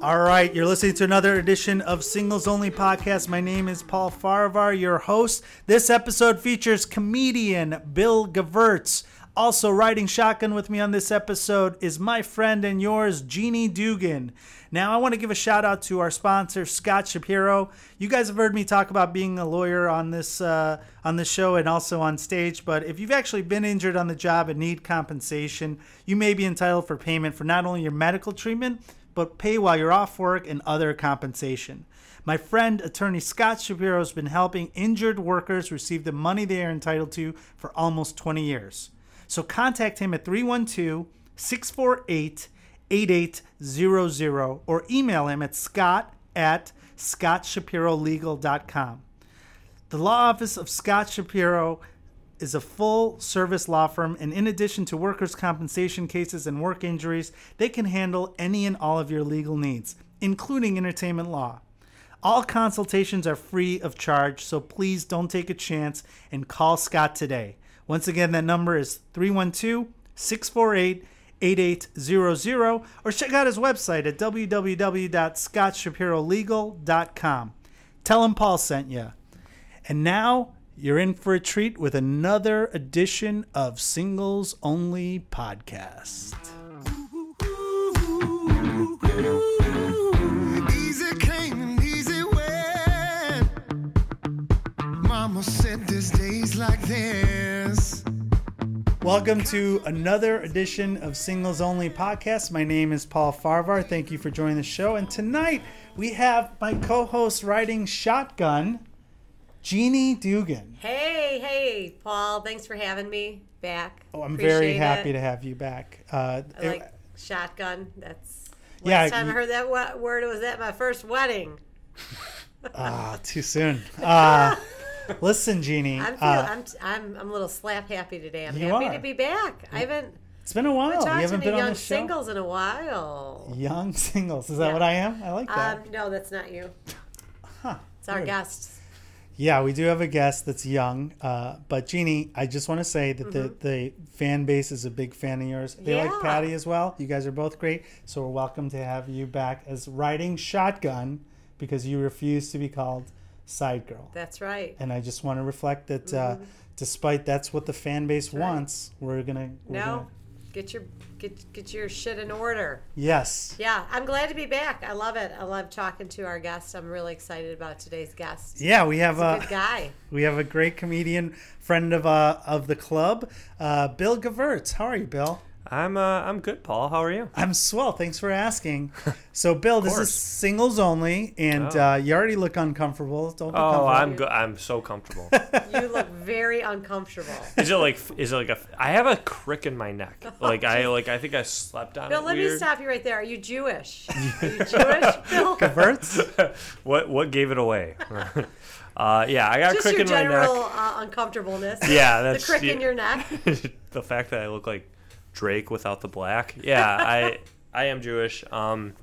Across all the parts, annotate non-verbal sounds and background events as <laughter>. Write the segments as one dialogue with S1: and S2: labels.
S1: All right, you're listening to another edition of Singles Only Podcast. My name is Paul Farivar, your host. This episode features comedian Bill Gavertz. Also, riding shotgun with me on this episode is my friend and yours, Jeannie Dugan. Now, I want to give a shout out to our sponsor, Scott Shapiro. You guys have heard me talk about being a lawyer on this uh, on this show and also on stage. But if you've actually been injured on the job and need compensation, you may be entitled for payment for not only your medical treatment but pay while you're off work and other compensation. My friend, attorney Scott Shapiro, has been helping injured workers receive the money they are entitled to for almost 20 years. So contact him at 312 648 8800 or email him at scott at scottshapirolegal.com. The law office of Scott Shapiro is a full service law firm, and in addition to workers' compensation cases and work injuries, they can handle any and all of your legal needs, including entertainment law. All consultations are free of charge, so please don't take a chance and call Scott today. Once again, that number is 312 648 8800 or check out his website at www.scottshapirolegal.com. Tell him Paul sent you. And now you're in for a treat with another edition of Singles Only Podcast.
S2: Easy came and easy went. Mama said this day's like theirs.
S1: Welcome to another edition of Singles Only Podcast. My name is Paul Farvar. Thank you for joining the show. And tonight we have my co host riding shotgun, Jeannie Dugan.
S3: Hey, hey, Paul. Thanks for having me back.
S1: Oh, I'm very happy to have you back. Uh,
S3: I like shotgun. That's last
S1: Yeah,
S3: time
S1: you-
S3: I heard that wa- word it was at my first wedding.
S1: ah, too
S3: <laughs>
S1: soon. Uh, listen, Jeannie.
S3: I'm, feel,
S1: uh,
S3: I'm, I'm I'm a little slap happy today. I'm
S1: You
S3: happy
S1: are.
S3: to be back. I haven't
S1: it's been a while. You
S3: talked to
S1: haven't been
S3: any
S1: on
S3: young
S1: the show.
S3: singles in a while.
S1: Young <laughs> singles. Is that
S3: Yeah.
S1: what I am? I like that.
S3: Um, no, that's not you.
S1: Huh.
S3: It's our
S1: Weird.
S3: guest.
S1: Yeah, we do have a guest that's young. Uh, but Jeannie, I just want to say that the, the fan base is a big fan of yours. They like
S3: Mm-hmm. Yeah.
S1: Patty as well. You guys are both great. So we're welcome to have you back as riding shotgun because you refuse to be called side girl.
S3: That's right.
S1: And I just want to reflect that uh, despite that's what the fan base
S3: Mm-hmm. right.
S1: wants, we're gonna we're
S3: No,
S1: gonna-
S3: get your get get your shit in order.
S1: yes.
S3: Yeah, I'm glad to be back. I love it. I love talking to our guest. I'm really excited about today's guest.
S1: Yeah, we have uh,
S3: Good guy.
S1: we have a great comedian friend of uh, of the club, uh, Bill Gavertz. How are you, Bill?
S4: I'm uh, I'm good, Paul. How are you?
S1: I'm swell. Thanks for
S4: <laughs>
S1: asking. So, Bill, this is
S4: course.
S1: singles only, and
S4: Oh.
S1: uh, you already look uncomfortable. Don't be
S4: Oh,
S1: comfortable.
S4: I'm good. I'm so comfortable.
S3: You look very
S4: <laughs>
S3: uncomfortable.
S4: is it like is it like a? I have a crick in my neck. Like I
S1: <laughs>
S4: like I think I slept on
S3: Bill,
S4: it
S3: let me
S4: weird. <laughs>
S3: stop you right there. Are you Jewish? Are you Jewish, Bill?
S1: Gavertz?
S4: what what gave it away? <laughs> uh, yeah, I got
S3: <laughs>
S4: a
S3: Just
S4: crick
S3: your
S4: in my
S3: general
S4: neck.
S3: uh, uncomfortableness.
S4: <laughs> Yeah,
S3: The
S4: that's
S3: crick in
S4: yeah.
S3: your neck.
S4: <laughs> the fact that I look like Drake without the black. Yeah, I I am Jewish. Um,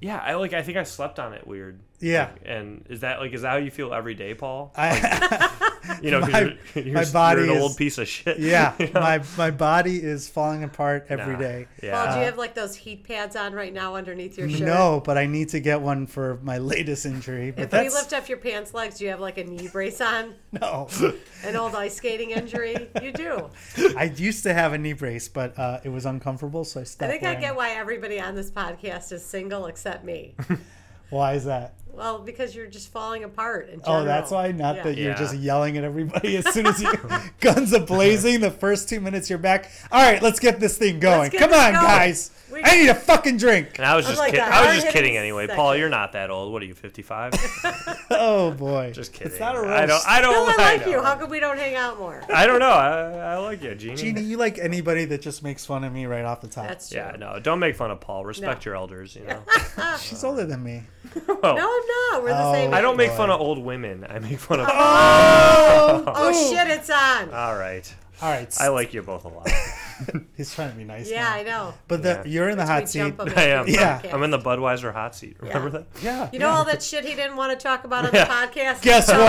S4: yeah, I like I think I slept on it weird.
S1: Yeah.
S4: Like, and is that like is that how you feel every day, Paul?
S1: I, <laughs>
S4: You know, 'cause
S1: My-
S4: you're, you're,
S1: my
S4: s-
S1: body
S4: you're an
S1: is-
S4: old piece of shit. <laughs>
S1: yeah,
S4: You know?
S1: my my body is falling apart every
S4: Nah.
S1: day.
S4: Yeah.
S3: Paul, do you have like those heat pads on right now underneath your shirt?
S1: No, but I need to get one for my latest injury. But
S3: If we
S1: that's
S3: lift up your pants legs, do you have like a knee brace on?
S1: no.
S4: <laughs>
S3: An old ice skating injury? You do.
S1: I used to have a knee brace, but uh, it was uncomfortable, so I
S3: I
S1: stopped.
S3: think I
S1: wearing
S3: get
S1: it.
S3: why everybody on this podcast is single except
S4: <laughs>
S3: me.
S1: Why is that?
S3: Well, because you're just falling apart. In
S1: Oh,
S3: general.
S1: that's why. Not
S3: Yeah.
S1: that you're
S4: Yeah.
S1: just yelling at everybody as soon as
S4: <laughs>
S1: you guns a blazing. The first two minutes you're back. All right, let's get this thing going.
S3: get
S1: Come
S3: this
S1: on,
S3: going.
S1: guys.
S3: We-
S1: I need a fucking
S4: <laughs>
S1: drink.
S4: And I was just
S3: like
S4: kid-
S3: a
S4: I was just
S3: hard-hitting
S4: kidding anyway.
S3: section.
S4: Paul, you're not that old. What are
S1: <laughs>
S4: you, 55?
S1: Oh boy.
S4: Just kidding.
S1: It's not a roast.
S4: I don't. Oh, I don't. <laughs>
S3: Bill, I like
S4: know.
S3: you. How come we don't hang out
S4: <laughs>
S3: more?
S4: I don't know. I, I like you, Genie.
S1: Jeannie, you like anybody that just makes fun of me right off the top.
S3: That's true.
S4: Yeah, no. Don't make fun of Paul. Respect
S3: No.
S4: your elders. You know.
S1: She's older than me.
S4: Well,
S3: <laughs> No, I'm not. We're the
S1: Oh.
S3: same.
S4: I don't make
S1: Boy.
S4: fun of old women. I make fun of.
S3: <laughs>
S1: Oh. <laughs>
S3: Oh shit, it's on.
S4: All right.
S1: All right.
S4: I like you both
S1: <laughs>
S4: a lot. <laughs>
S1: He's trying to be nice.
S3: yeah,
S1: now.
S3: I know.
S1: But the,
S4: Yeah.
S1: you're in the
S3: We
S1: hot seat.
S3: jump a bit
S4: I am.
S3: from the
S1: Yeah.
S3: podcast.
S4: I'm in the Budweiser hot seat. Remember that?
S1: <laughs> Yeah.
S3: You know all that shit he didn't want to talk about on
S4: Yeah.
S3: the podcast?
S1: Guess
S3: Shout it
S1: what?
S3: <laughs>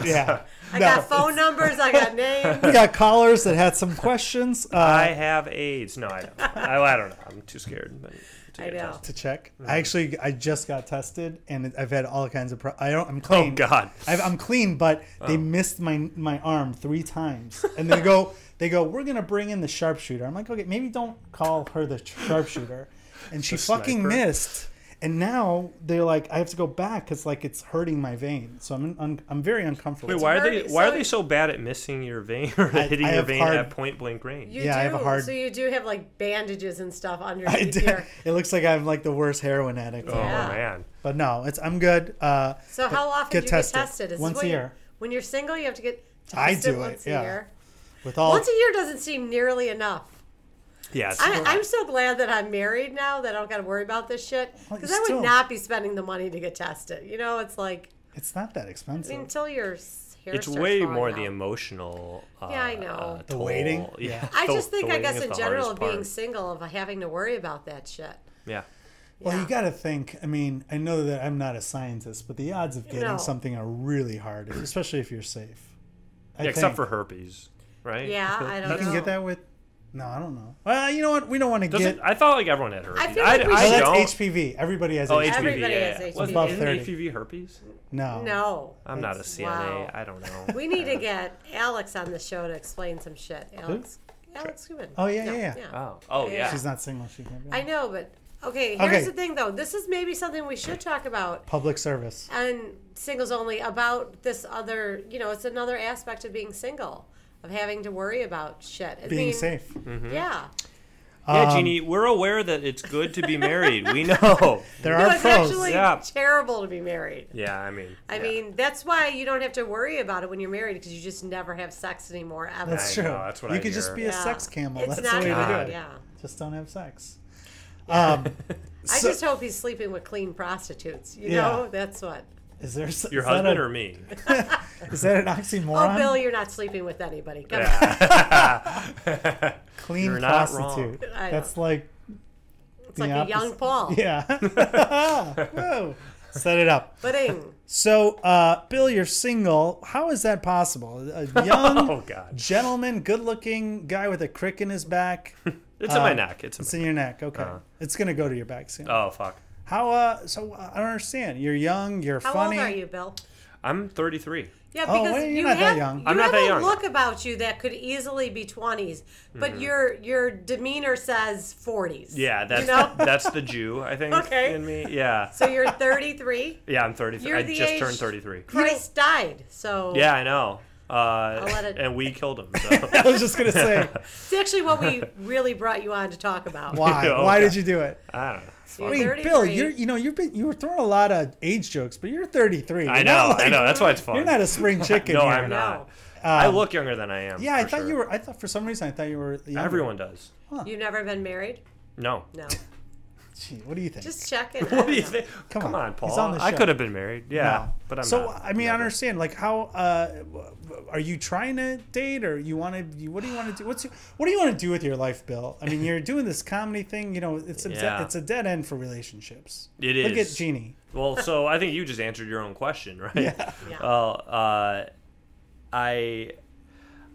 S3: Out.
S1: <laughs> Yeah.
S3: I
S1: No.
S3: got phone numbers. I
S1: <laughs>
S3: got names.
S1: We got callers
S4: <laughs>
S1: that had some questions. Uh,
S4: I have AIDS. No, I don't. I, I don't know. I'm too scared. But to
S3: I
S4: get
S3: know.
S4: tested.
S1: to check.
S4: Mm-hmm.
S1: I actually I just got tested and I've had all kinds of pro- I don't I'm
S4: Oh
S1: clean.
S4: God. Oh.
S1: I've, I'm clean, but they missed my my arm three times, and they
S4: <laughs>
S1: go they go we're gonna bring in the sharpshooter. I'm like okay maybe don't call her the sharpshooter, and she
S4: The
S1: fucking
S4: sniper.
S1: missed. And now they're like I have to go back because like it's hurting my vein, so I'm un- I'm very uncomfortable.
S4: Wait, why are they
S3: very
S4: why are they
S3: exciting.
S4: so bad at missing your vein or
S1: <laughs>
S4: hitting
S1: I
S4: your
S1: have
S4: vein
S1: hard-
S4: at point blank range?
S3: You
S1: Yeah,
S3: do.
S1: I have a hard-
S3: So you do have like bandages and stuff
S1: I
S3: underneath
S1: did-
S3: here.
S1: it looks like I'm like the worst heroin addict.
S4: Oh
S3: Yeah.
S4: man.
S1: But no, it's I'm good. Uh,
S3: So
S1: but
S3: how
S1: get
S3: often do you
S1: tested.
S3: get tested?
S1: Once
S3: what
S1: a
S3: you-
S1: year.
S3: When you're single, you have to get tested
S1: I do it,
S3: once
S1: yeah.
S3: a year.
S1: with all
S3: Once a year doesn't seem nearly enough.
S4: Yeah. it's-
S3: I, I'm so glad that I'm married now that I don't got to worry about this shit
S1: Well, you
S3: because I would
S1: still-
S3: not be spending the money to get tested. You know, it's like
S1: it's not that expensive.
S3: until your s- hair
S4: it's
S3: starts
S4: way
S3: falling
S4: more
S3: out.
S4: the emotional. Uh,
S3: Yeah, I know.
S4: uh,
S1: The waiting?
S4: toll. <laughs> Yeah.
S1: Yeah.
S3: I
S4: the-
S3: just
S4: the
S3: think, I
S4: waiting
S3: guess,
S4: is
S3: in
S4: the
S3: general,
S4: hardest
S3: being
S4: part.
S3: single of having to worry about that
S4: <laughs>
S3: shit.
S4: Yeah.
S1: Well,
S3: Yeah.
S1: you got to think. I mean, I know that I'm not a scientist, but the odds of getting
S3: No.
S1: something are really hard, especially if you're safe. I
S4: Yeah, except
S1: think.
S4: for herpes, right?
S3: Yeah, I don't
S1: you can
S3: know.
S1: get that with. No, I don't know. Well, you know what? We don't want to
S4: Doesn't,
S1: get.
S4: I thought like everyone had herpes.
S3: feel like we
S1: Oh,
S3: I
S1: that's
S4: don't.
S1: HPV. Everybody has.
S4: Oh,
S1: HPV.
S4: HPV.
S3: Everybody
S4: yeah,
S3: has
S4: yeah.
S3: HPV.
S4: Wasn't-
S1: Above
S4: isn't
S1: 30.
S4: HPV herpes?
S1: No.
S3: No.
S4: I'm not a
S1: That's-
S4: CNA.
S3: wow.
S4: I don't know.
S3: We need to get Alex on the show to explain some shit. Alex, Alex Cuban.
S1: Oh, yeah, yeah, yeah.
S4: Oh, oh
S3: Yeah.
S4: yeah.
S1: She's not single. She can't be.
S3: I know, but okay. Here's
S1: Okay.
S3: the thing, though. This is maybe something we should talk about
S1: Public service.
S3: on singles only about this other. You know, it's another aspect of being single, of having to worry about shit. I
S1: Being
S3: mean,
S1: safe.
S4: Mm-hmm.
S3: Yeah.
S1: um,
S4: Yeah, Jeannie, we're aware that it's good to be married.
S1: <laughs>
S4: We know.
S1: There
S3: No,
S1: are
S3: it's
S1: pros.
S3: actually
S4: Yeah.
S3: terrible to be married.
S4: Yeah, I mean.
S3: I
S4: yeah.
S3: mean, that's why you don't have to worry about it when you're married because you just never have sex anymore ever.
S1: That's
S4: I
S1: true.
S4: know, that's what
S1: you
S4: I
S1: could just
S4: hear.
S1: be a
S3: Yeah.
S1: sex camel.
S3: It's
S1: that's the
S3: not
S1: way to
S4: God,
S1: do it.
S3: Yeah.
S1: Just don't have
S4: <laughs>
S1: sex. Um,
S3: I
S1: So-
S3: just hope he's sleeping with clean prostitutes. You
S1: Yeah.
S3: know, that's what.
S1: is there s-
S4: Your
S1: is that
S4: husband
S1: a-
S3: <laughs>
S4: or <laughs> me?
S1: is that an
S3: Oh,
S1: oxymoron?
S3: Bill, you're not sleeping with anybody. Come on.
S4: Yeah.
S1: Clean
S4: You're not wrong.
S1: prostitute.
S3: I know.
S1: That's like
S3: It's like
S1: the
S3: a young
S1: opposite.
S3: Paul.
S1: Yeah. <laughs> Whoa. Set it up.
S3: Ba-ding.
S1: So, uh, Bill, you're single. How is that possible?
S4: <laughs>
S1: A young
S4: Oh God.
S1: gentleman, good looking guy with a crick in his back.
S4: It's in my
S1: Uh,
S4: neck. It's in.
S1: It's in your neck. Okay.
S4: Uh-huh.
S1: It's going to go to your back soon.
S4: my, oh fuck.
S1: How, uh, so uh, I don't understand. You're young, you're
S3: How
S1: funny.
S3: old are you, Bill?
S4: I'm 33.
S3: Yeah,
S1: Oh,
S3: because
S1: wait, you're
S3: you
S1: not that
S3: have,
S1: young.
S3: you
S4: I'm not
S3: have
S4: that
S3: a
S4: young. Mm-hmm.
S3: look about you that could easily be 20s, but your your demeanor says 40s.
S4: Yeah, that's
S3: you know.
S4: <laughs> that's the Jew I think
S3: <laughs> Okay.
S4: in me. Yeah.
S3: so you're 33.
S4: Yeah, I'm 33.
S3: You're
S4: I
S3: the
S4: just
S3: age- <laughs>
S4: turned 33.
S3: Christ died, so
S4: Yeah, I know. Uh,
S3: let it- <laughs>
S4: And we killed him. So.
S1: <laughs> I was just going to say,
S4: <laughs>
S3: it's actually what we really brought you on to talk about.
S1: why?
S4: Yeah,
S1: Why
S4: okay.
S1: did you do it?
S4: I don't know.
S3: So you're
S1: Wait,
S3: 33.
S1: Bill, you're, you know, you've been, you were throwing a lot of age jokes, but you're 33.
S4: I
S1: You're
S4: know.
S1: not
S4: I
S1: like-
S4: know. That's why it's fun.
S1: You're not a
S4: <laughs>
S1: spring chicken.
S4: no,
S1: here. Um,
S4: I'm not.
S3: No.
S4: I look younger than I am.
S1: Yeah, I
S4: for
S1: thought you
S4: sure.
S1: were. I thought for some reason I thought you were. Younger.
S4: Everyone does.
S3: You've never been married?
S4: No.
S3: No.
S1: Gee, what do you think?
S3: Just checking.
S4: <laughs> What do you think?
S1: Come
S4: Come,
S1: on.
S4: on,
S1: He's
S4: Paul.
S1: on the
S4: I
S1: show.
S4: could have been married. Yeah,
S1: No.
S4: but I'm
S1: so
S4: not.
S1: I mean, I
S4: Never.
S1: understand. Like, how uh, w- w- are you trying to date, or you want to? You, what do you want to do? What's your, what do you want to do with your life, Bill? I mean, you're doing this comedy thing. You know, it's a de-
S4: Yeah.
S1: it's a dead end for relationships.
S4: It
S1: Look at
S4: is.
S1: Jeannie.
S4: Well, so I think you just answered your own question, right?
S1: Yeah.
S3: Yeah.
S4: <laughs> Well, uh, I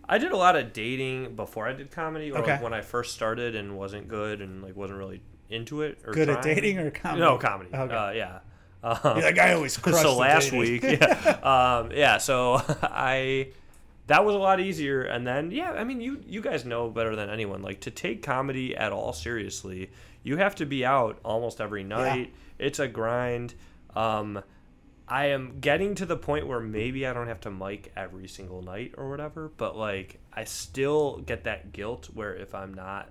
S4: I did a lot of dating before I did comedy, or
S1: Okay.
S4: like when I first started and wasn't good and like wasn't really into it. Or
S1: Good at
S4: trying.
S1: dating or comedy?
S4: No comedy.
S1: Okay.
S4: Uh, yeah. Uh,
S1: You're like I always crush.
S4: <laughs> so
S1: the
S4: last
S1: dating." <laughs>
S4: week, yeah, um, yeah. So <laughs> I that was a lot easier, and then yeah, I mean, you you guys know better than anyone. Like to take comedy at all seriously, you have to be out almost every night. It's a grind. Um, I am getting to the point where maybe I don't have to mic every single night or whatever, but like I still get that guilt where if I'm not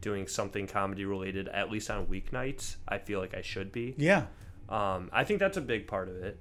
S4: doing something comedy related, at least on weeknights, I feel like I should be.
S1: yeah,
S4: Um, I think that's a big part of it.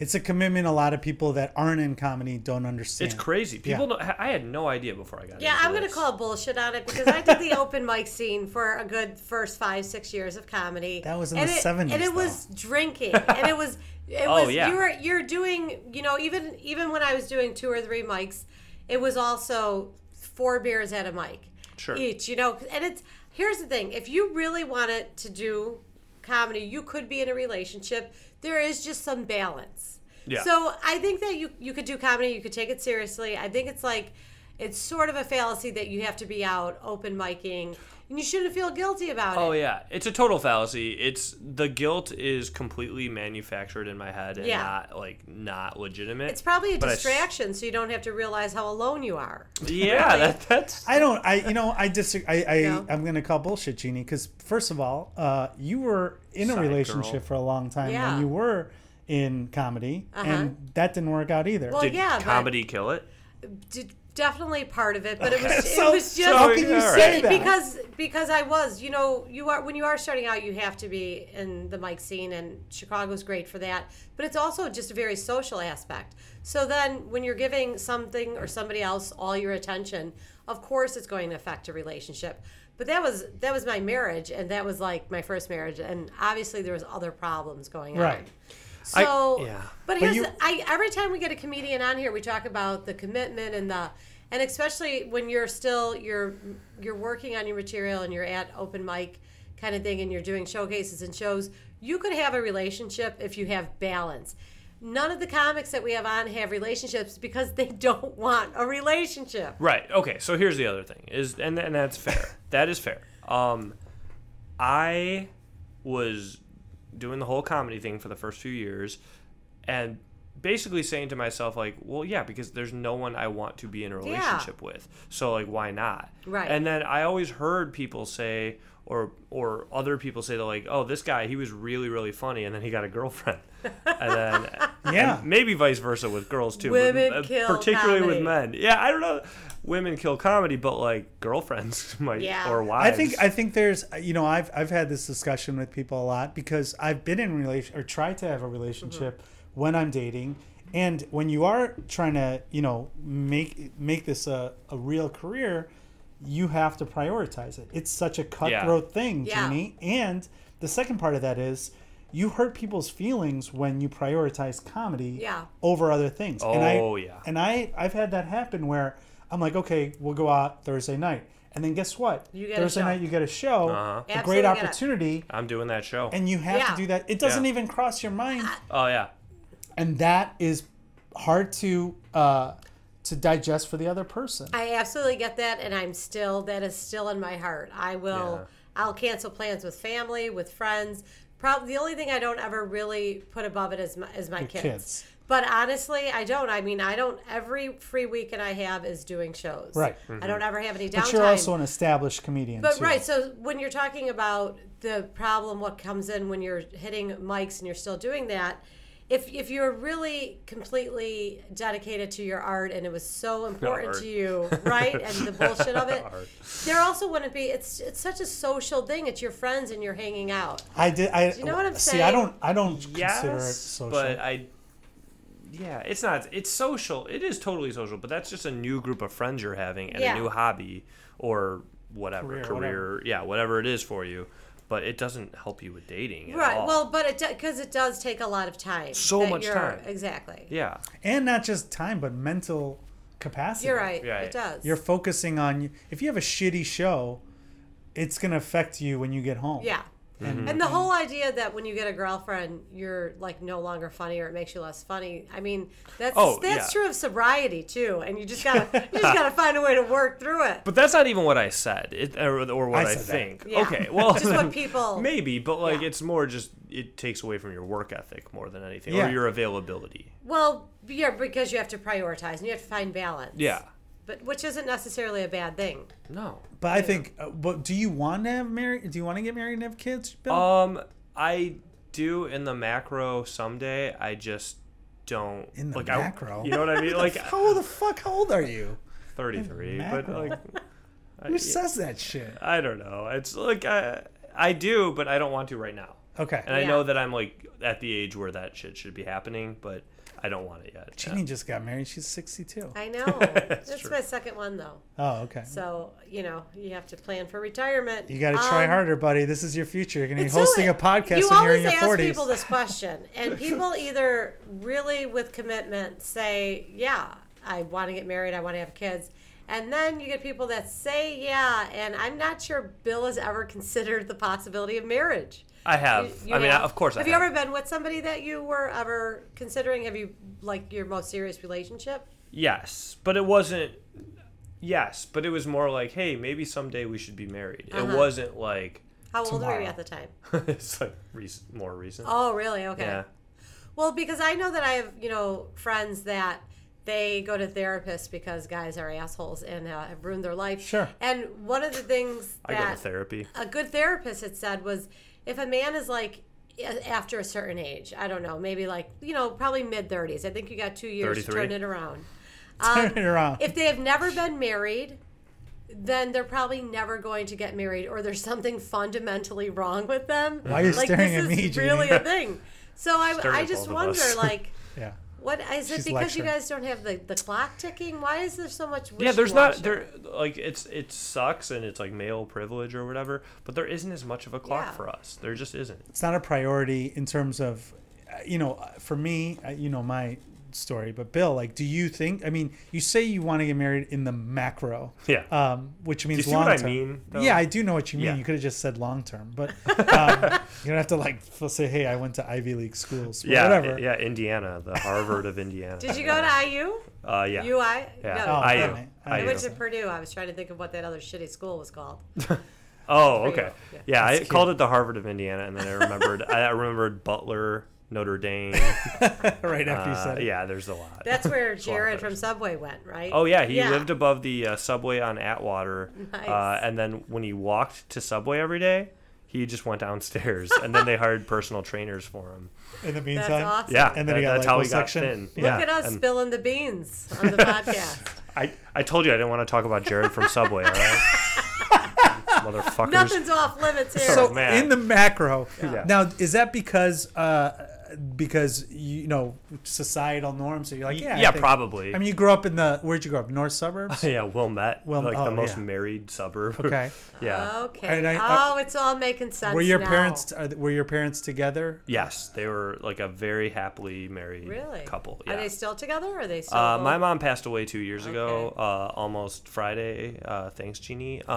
S1: it's a commitment. A lot of people that aren't in comedy don't understand.
S4: It's crazy. People, don't, I had no idea before I got.
S3: Yeah,
S4: into
S3: I'm gonna
S4: this.
S3: call bullshit on it because I did the open mic scene for a good first five, six years of comedy.
S1: That was in
S3: and
S1: the
S3: it-
S1: 70s,
S3: and it was drinking, and it was, it
S4: Oh,
S3: was
S4: yeah.
S3: you were you're doing, you know, even even when I was doing two or three mics, it was also four beers at a mic
S4: Sure.
S3: each, you know. And it's here's the thing: if you really wanted to do comedy, you could be in a relationship. There is just some balance.
S4: Yeah.
S3: So I think that you you could do comedy, you could take it seriously. I think it's like it's sort of a fallacy that you have to be out open micing and you shouldn't feel guilty about
S4: Oh
S3: it.
S4: yeah, it's a total fallacy. It's the guilt is completely manufactured in my head and
S3: Yeah.
S4: not like not legitimate.
S3: It's probably a
S4: But I s-
S3: distraction, so you don't have to realize how alone you are. <laughs>
S4: yeah, that, that's
S1: I don't. I you know I disagree. I, I
S3: No.
S1: I'm gonna call bullshit, Jeannie, because first of all, uh, you were in a
S4: Side
S1: relationship
S4: girl.
S1: for a long time
S3: Yeah. Uh-huh.
S1: when you were in comedy, and that didn't work out either.
S3: Well,
S4: did
S3: yeah, but-
S4: comedy kill it?
S3: D- definitely part of it, but it was
S1: <laughs>
S3: it
S1: so,
S3: was
S1: so how
S3: just
S1: can you
S4: All right.
S1: say that?
S3: because because I was, you know, you are when you are starting out, you have to be in the mic scene, and Chicago's great for that. But it's also just a very social aspect. So then, when you're giving something or somebody else all your attention, of course, it's going to affect a relationship. But that was that was my marriage, and that was like my first marriage, and obviously there was other problems going on.
S4: <laughs>
S1: Right.
S4: I-
S3: So,
S4: yeah.
S3: but here's
S1: you-
S3: the, I every time we get a comedian on here, we talk about the commitment and the and especially when you're still you're you're working on your material and you're at open mic kind of thing and you're doing showcases and shows. You could have a relationship if you have balance. None of the comics that we have on have relationships because they <laughs> don't want a relationship.
S4: Right. Okay. So here's the other thing is, and and that's fair. that is fair. Um, I was doing the whole comedy thing for the first few years, and basically saying to myself like, well, yeah, because there's no one I want to be in a relationship with. So like, why not?
S3: Right.
S4: And then I always heard people say. Or, or other people say they're like, oh, this guy, he was really, really funny, and then he got a girlfriend. And then
S1: yeah,
S4: and maybe vice versa with girls too.
S3: Women
S4: but, uh,
S3: kill
S4: particularly
S3: comedy.
S4: with men. Yeah, I don't know. Women kill comedy, but like girlfriends <laughs> might
S3: Yeah.
S4: or
S1: I
S4: wives.
S1: think I think there's you know I've I've had this discussion with people a lot because I've been in relation or tried to have a relationship
S4: Mm-hmm.
S1: when I'm dating and when you are trying to you know make make this a, a real career you have to prioritize it it's such a cutthroat thing
S3: Yeah.
S1: Jeannie and the second part of that is you hurt people's feelings when you prioritize comedy
S3: Yeah.
S1: over other things and I,
S4: Oh, yeah.
S1: and I I've had that happen where I'm like okay we'll go out Thursday night and then guess what
S3: You get a
S1: Thursday
S3: show.
S1: night you get a show,
S4: Uh-huh.
S1: a
S3: Absolutely
S1: great
S3: get it.
S1: opportunity,
S4: I'm doing that show.
S1: and you have
S3: Yeah.
S1: to do that. It doesn't
S4: Yeah.
S1: even cross your mind,
S4: oh yeah,
S1: and that is hard to uh, to digest for the other person.
S3: I absolutely get that, and I'm still that is still in my heart. I will.
S4: Yeah.
S3: I'll cancel plans with family, with friends. Probably the only thing I don't ever really put above it is my, is my kids.
S1: kids.
S3: But honestly, I don't. I mean, I don't. Every free weekend I have is doing shows.
S1: Right. Mm-hmm.
S3: I don't ever have any downtime.
S1: But you're also an established comedian,
S3: But
S1: too.
S3: right, so when you're talking about the problem, what comes in when you're hitting mics and you're still doing that, if if you're really completely dedicated to your art and it was so important
S4: art.
S3: to you, right, and
S4: <laughs>
S3: the bullshit of it, there also wouldn't be. It's it's such a social thing. It's your friends and you're hanging out.
S1: I did. I
S3: you know what I'm
S1: see. I
S3: saying?
S1: don't. I don't consider it
S4: yes,
S1: social.
S4: but I. Yeah, it's not. It's social. It is totally social, but that's just a new group of friends you're having and
S3: Yeah.
S4: a new hobby or whatever
S1: Career,
S4: career.
S1: whatever.
S4: Yeah, whatever it is for you, but it doesn't help you with dating. At
S3: Right.
S4: all.
S3: Well, but it because it does take a lot of time.
S4: So
S3: that
S4: much
S3: you're-
S4: time.
S3: Exactly.
S4: yeah.
S1: and not just time, but mental capacity.
S3: You're right.
S4: Right.
S3: It does.
S1: You're focusing on if you have a shitty show, it's gonna affect you when you get home.
S3: Yeah.
S4: Mm-hmm.
S3: And the whole idea that when you get a girlfriend, you're like no longer funny or it makes you less funny. I mean, that's
S4: Oh,
S3: that's
S4: yeah.
S3: true of sobriety too. And you just gotta you just
S4: <laughs>
S3: gotta find a way to work through it.
S4: But that's not even what I said, it, or, or what
S1: I
S4: I,
S1: said that.
S4: think.
S3: Yeah.
S4: Okay, well,
S3: Just what people-
S4: maybe, but like
S3: Yeah.
S4: it's more just it takes away from your work ethic more than anything,
S1: Yeah.
S4: or your availability.
S3: Well, yeah, because you have to prioritize and you have to find balance.
S4: Yeah,
S3: But which isn't necessarily a bad thing.
S4: no.
S1: But I think. Uh, but do you want to have married? Do you want to get married and have kids, Bill?
S4: Um, I do in the macro someday. I just don't
S1: In the
S4: like,
S1: macro?
S4: I, you know what I mean? Like
S1: <laughs> How the fuck? How old are you?
S4: thirty-three, but
S1: macro?
S4: like
S1: <laughs>
S4: Uh,
S1: Who says that shit?
S4: I don't know. It's like I I do, but I don't want to right now.
S1: Okay.
S4: And I
S3: Yeah.
S4: know that I'm like at the age where that shit should be happening, but I don't want it yet.
S1: Jeannie just got married. She's 62.
S4: <laughs>
S3: I know. that's
S4: true.
S3: my second one though.
S1: Oh, okay.
S3: So, you know, you have to plan for retirement.
S1: You got to try
S3: Um,
S1: harder, buddy. This is your future. You're going to be
S3: It's so-
S1: hosting a podcast
S3: You
S1: when you're in
S3: always
S1: your
S3: ask
S1: 40s. <laughs>
S3: people this question, and people either really with commitment say, "Yeah, I want to get married. I want to have kids." And then you get people that say, "Yeah," and I'm not sure Bill has ever <laughs> considered the possibility of marriage.
S4: I have.
S3: You- you
S4: I mean,
S3: have.
S4: I, of course.
S3: Have
S4: I
S3: you
S4: have.
S3: ever been with somebody that you were ever considering? Have you like your most serious relationship?
S4: Yes, but it wasn't. yes, but it was more like, hey, maybe someday we should be married.
S3: Uh-huh.
S4: It wasn't like <laughs>
S3: How old were
S1: Tomorrow.
S3: you at the time?
S4: it's like rec- more recent.
S3: Oh, really? Okay.
S4: yeah.
S3: Well, because I know that I have, you know, friends that they go to therapists because guys are assholes and uh, have ruined their life.
S1: Sure.
S3: And one of the things
S4: I go to
S3: that
S4: therapy.
S3: a good therapist had said was if a man is like a- after a certain age, I don't know, maybe like, you know, probably mid 30s. I think you got two years to
S4: 33.
S3: turn it around.
S1: Turn it around.
S3: um, If they have never been married, then they're probably never going to get married or there's something fundamentally wrong with them.
S1: Why are you
S3: like,
S1: staring
S3: this
S1: at
S3: is
S1: me, Jeannie?
S3: really a thing. So I,
S4: Staring
S3: I
S4: at
S3: just
S4: both of
S3: wonder,
S4: us.
S3: like,
S1: yeah.
S3: what is it
S1: She's
S3: because
S1: lecturing.
S3: you guys don't have the, the clock ticking? Why is there so much?
S4: Yeah, there's not there
S3: wishy-washy?
S4: like it's it sucks and it's like male privilege or whatever, but there isn't as much of a clock
S3: Yeah.
S4: for us. There just isn't.
S1: It's not a priority in terms of, uh, you know, uh, for me, uh, you know, my story. But Bill, like, do you think? I mean, you say you want to get married in the macro.
S4: Yeah.
S1: Um, which means
S4: see
S1: long
S4: what I
S1: term.
S4: mean, though?
S1: Yeah, I do know what you mean.
S4: Yeah.
S1: You could have just said long term,
S4: <laughs>
S1: but um, you don't have to like f- say, "Hey, I went to Ivy League schools." Or
S4: yeah,
S1: whatever.
S4: yeah, Indiana, the Harvard of Indiana.
S3: Did you go to
S4: <laughs>
S3: IU?
S4: Uh, yeah.
S3: UI?
S4: Yeah.
S3: No.
S1: Oh,
S4: I,
S1: okay.
S4: I,
S1: I
S3: I went
S1: do.
S3: to Purdue. I was trying to think of what that other shitty school was called.
S4: Oh,
S3: There you
S4: okay.
S3: go. Yeah.
S4: Yeah, I
S1: cute.
S4: called it the Harvard of Indiana, and then I remembered. I remembered Butler,
S1: <laughs>
S4: Notre Dame.
S1: <laughs> right after you
S4: Uh,
S1: said it.
S4: yeah, there's a lot.
S3: That's
S4: <laughs>
S3: where
S4: a lot
S3: Jared
S4: better.
S3: from Subway went, right?
S4: Oh yeah, he lived above the uh, subway on Atwater, uh,
S3: Nice.
S4: and then when he walked to Subway every day, he just went downstairs, and then they hired personal trainers for
S1: <laughs>
S4: him.
S1: In the meantime,
S3: That's awesome.
S4: Yeah,
S1: And then he got
S4: that's how he got
S1: liposuction.
S4: thin.
S1: Look
S4: yeah,
S3: Look at us
S4: and
S3: spilling the beans on
S4: <laughs>
S3: the podcast.
S4: I, I told you I didn't want to talk about Jared from Subway, all
S1: <laughs>
S4: right? Motherfuckers.
S3: Nothing's off limits here.
S1: so
S4: Oh, man.
S1: in the macro
S4: Yeah.
S1: now is that because uh because you know societal norms so you're like yeah I
S4: yeah,
S1: think-
S4: probably.
S1: i mean you grew up in the where'd you grow up north
S3: <laughs>
S1: suburbs
S4: yeah, Wilmette,
S1: Wilm-
S4: like
S1: oh,
S4: the most
S1: yeah.
S4: married suburb.
S1: okay
S4: <laughs>
S1: And
S4: yeah.
S3: Okay.
S1: I- I-
S3: oh, it's all making sense.
S1: were your
S3: now.
S1: parents are, th- were your parents together
S4: Yes, they were like a very happily married
S3: really
S4: couple. Yeah.
S3: Are they still together? Or are they still?
S4: Uh, my mom passed away two years ago,
S3: Okay.
S4: uh, almost Friday. Uh, thanks,
S3: <laughs>
S4: Jeannie. Um,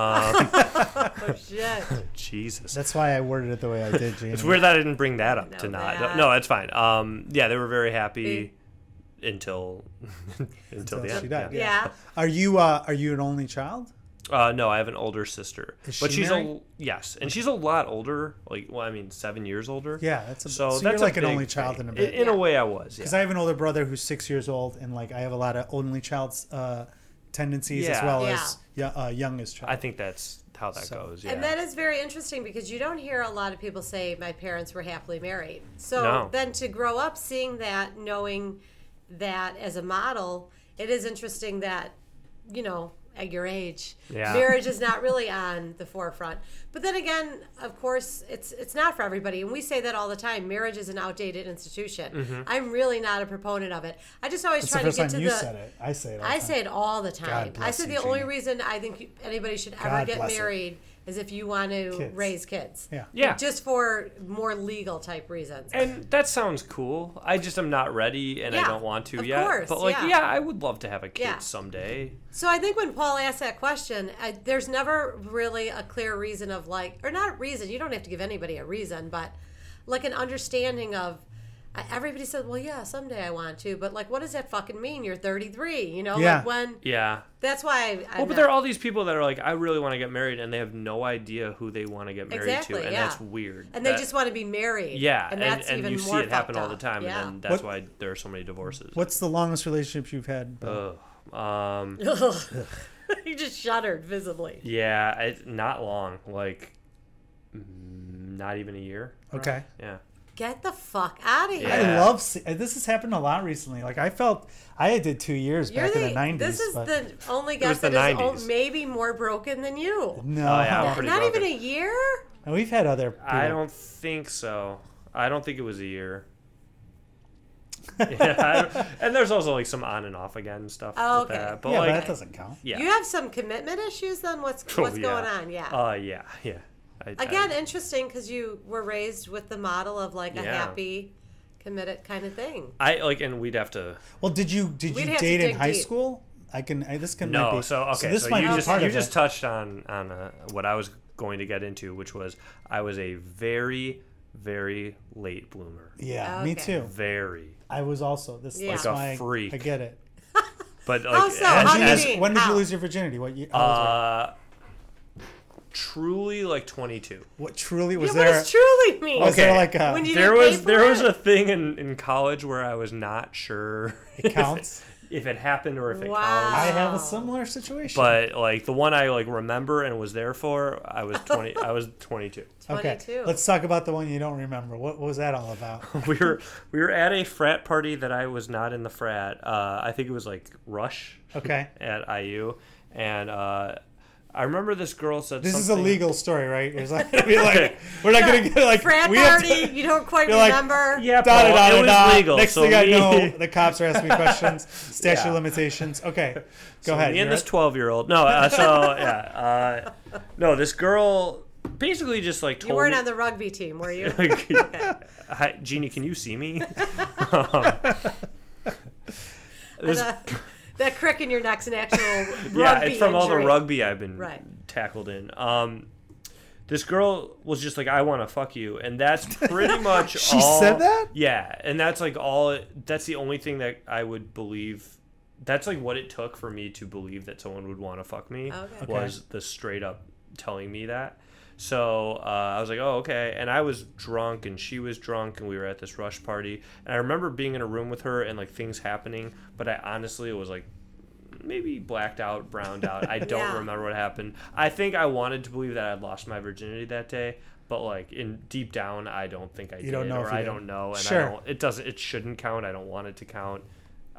S3: Oh,
S1: <laughs>
S3: shit.
S4: Jesus.
S1: that's why i worded it the way i <laughs> did Jamie.
S4: it's weird that I didn't bring that up
S3: No,
S4: to not.
S3: that-
S4: No, it's fine. Um, yeah, they were very happy until <laughs> until the
S1: she
S4: end.
S1: died,
S4: yeah.
S3: yeah.
S1: are you uh are you an only child
S4: Uh, no, I have an older sister,
S1: Is
S4: but
S1: she
S4: she's
S1: married?
S4: a yes, and she's a lot older. Like, well, I mean, seven years older.
S1: yeah that's a,
S4: So,
S1: so,
S4: that's
S1: you're
S4: a
S1: like an
S4: big
S1: only child
S4: thing.
S1: in a
S4: In,
S1: bit
S4: in a
S3: Yeah.
S4: way, I was.
S1: because
S4: yeah.
S1: i have an older brother who's six years old and like i have a lot of only child uh tendencies as
S4: Yeah.
S1: well
S3: Yeah.
S1: as yeah uh, youngest
S4: I,
S1: child
S4: think that's how that goes. Yeah.
S3: And that is very interesting because you don't hear a lot of people say my parents were happily married. So
S4: No.
S3: then to grow up seeing that, knowing that as a model, it is interesting that, you know, at your age,
S4: Yeah.
S3: marriage is not really on the forefront. But then again, of course, it's it's not for everybody, and we say that all the time. Marriage is an outdated institution.
S4: Mm-hmm.
S3: I'm really not a proponent of it. I just always
S1: that's the
S3: try to
S1: first
S3: get
S1: time
S3: to
S1: you
S3: the
S1: said it i say it all
S3: I
S1: the time.
S3: say it all the time. I
S1: bless
S3: said the
S1: you,
S3: only
S1: Jeannie.
S3: reason I think you, anybody should ever
S1: God
S3: get
S1: bless you.
S3: married is if you want to
S1: Kids.
S3: raise kids.
S1: yeah
S4: yeah.
S3: Just for more legal type reasons.
S4: and that sounds cool. I just am not ready, and I
S3: Yeah,
S4: don't want to
S3: of
S4: yet.
S3: course,
S4: but like,
S3: yeah.
S4: I would love to have a kid
S3: Yeah.
S4: someday.
S3: So I think when Paul asked that question, I, there's never really a clear reason of like, or not reason. You don't have to give anybody a reason, but like an understanding of. I- Everybody said, "Well, yeah, someday I want to," but like, what does that fucking mean? You're 33, you know.
S1: Yeah.
S3: Like when
S4: Yeah.
S3: that's why. I,
S4: Well, but there are all these people that are like, I really want to get married, and they have no idea who they want to get married
S3: Exactly,
S4: to, and
S3: yeah.
S4: that's weird.
S3: and they
S4: That-
S3: just want to be married.
S4: yeah,
S3: and that's
S4: and
S3: even
S4: you
S3: more
S4: see it happen
S3: fucked
S4: all the
S3: up.
S4: time,
S3: Yeah.
S4: and then that's
S1: What-
S4: why there are so many divorces.
S1: What's the longest relationship you've had? Bill?
S4: Ugh. Um,
S3: <laughs> you just shuddered visibly.
S4: yeah, it's not long, like mm, not even a year.
S1: okay.
S4: Yeah,
S3: Get the fuck out of here.
S4: Yeah.
S1: I love se- uh, this has happened a lot recently. Like I felt I did two years
S3: You're
S1: back
S3: the,
S1: in the 90s.
S3: this is
S1: but
S3: the only guest
S4: the
S3: that is o-
S4: 90s.
S3: maybe more broken than you.
S1: no.
S4: Oh, yeah. Pretty
S3: Not
S4: broken.
S3: even a year?
S1: And we've had other people.
S4: I don't think so. I don't think it was a year.
S1: <laughs>
S4: <laughs> yeah, I don't- and there's also like some on and off again stuff.
S3: Oh,
S4: with
S3: okay.
S4: that, but
S1: Yeah,
S4: like,
S1: but that doesn't count.
S4: yeah,
S3: You have some commitment issues then? What's
S4: Oh,
S3: what's
S4: <laughs> yeah.
S3: going on? Yeah.
S4: Uh, yeah, yeah. I,
S3: Again,
S4: I-
S3: interesting because you were raised with the model of like a
S4: Yeah.
S3: happy, committed kind of thing.
S4: I like, and we'd have to.
S1: Well, did you did
S3: We'd
S1: you
S3: have to
S1: date in
S3: dig
S1: high
S3: deep.
S1: school? I can. I, this can might
S4: No,
S1: be,
S4: so okay, so,
S1: this might
S4: you
S1: be
S4: just
S1: part
S4: you
S1: of
S4: just
S1: it.
S4: touched on on uh, what I was going to get into, which was I was a very very late bloomer,
S1: yeah, me
S3: Okay.
S1: too.
S4: very.
S1: I was also this.
S3: Like
S1: that's
S4: a
S1: why I-
S4: freak.
S1: I get it.
S4: But like,
S3: Also,
S4: as-
S3: how
S1: When did you
S4: as-
S1: lose-
S3: mean?
S1: when did you
S3: How?
S1: lose your virginity? What? You, how old were you?
S4: uh, truly like 22.
S1: what truly
S3: Yeah,
S1: was
S3: what
S1: there?
S3: does truly mean?
S1: Was there
S4: Okay.
S1: like a
S3: When you
S4: there
S3: didn't pay
S4: was
S3: for
S4: there was
S3: it?
S4: a thing in, in college where I was not sure <laughs>
S1: it counts?
S4: if it happened or if it
S3: Wow.
S4: counts.
S1: I have
S3: Wow.
S1: a similar situation.
S4: But like the one I like remember and was there for, I was 20.
S3: <laughs>
S4: I was 22.
S1: okay,
S3: 22.
S1: let's talk about the one you don't remember. What, what was that all
S4: <laughs>
S1: about?
S4: we were we were at a frat party that I was not in the frat. Uh, I think it was like Rush
S1: Okay,
S4: at IU, and uh, I remember this girl said
S1: this is a
S4: something-
S1: legal story, right? It's not gonna
S4: <laughs>
S1: be like we're not gonna get like
S3: frat
S1: we have to-
S3: party. you don't quite
S1: You're like,
S3: remember.
S4: Yeah,
S1: Da, da,
S4: Paul,
S1: da,
S4: it
S1: da,
S4: was
S1: da.
S4: legal.
S1: Next
S4: so
S1: thing
S4: me,
S1: I
S4: <laughs>
S1: know, the cops are asking me questions. Statute
S4: Yeah.
S1: of limitations. Okay, go
S4: so
S1: ahead.
S4: Me and
S1: you're
S4: this
S1: up.
S4: twelve-year-old. No, uh, so yeah, uh, no, this girl basically just like told
S3: You weren't
S4: me,
S3: on the rugby team, were you? <laughs>
S4: like, Hi, Jeannie, can you see me? Um, This-
S3: that, uh, <laughs> that crick in your neck's an actual rugby
S4: <laughs> yeah, it's from all the
S3: injury.
S4: rugby I've been
S3: Right.
S4: tackled in. Um, this girl was just like, "I want to fuck you," and that's
S3: <laughs>
S4: pretty much.
S1: She
S4: all-
S1: said that?
S4: Yeah, and that's like all. it- That's the only thing that I would believe. That's like what it took for me to believe that someone would want to fuck me
S3: Oh, Okay. Okay.
S4: was the straight up telling me that. So uh, I was like, "Oh, okay," and I was drunk, and she was drunk, and we were at this rush party, and I remember being in a room with her and like things happening, but I honestly was like maybe blacked out, browned out. I don't
S3: Yeah.
S4: remember what happened. I think I wanted to believe that I'd lost my virginity that day, but like in deep down, I don't think I did,
S1: don't know
S4: or
S1: if you
S4: I
S1: did.
S4: don't know, and
S1: Sure.
S4: I don't. It doesn't. It shouldn't count. I don't want it to count.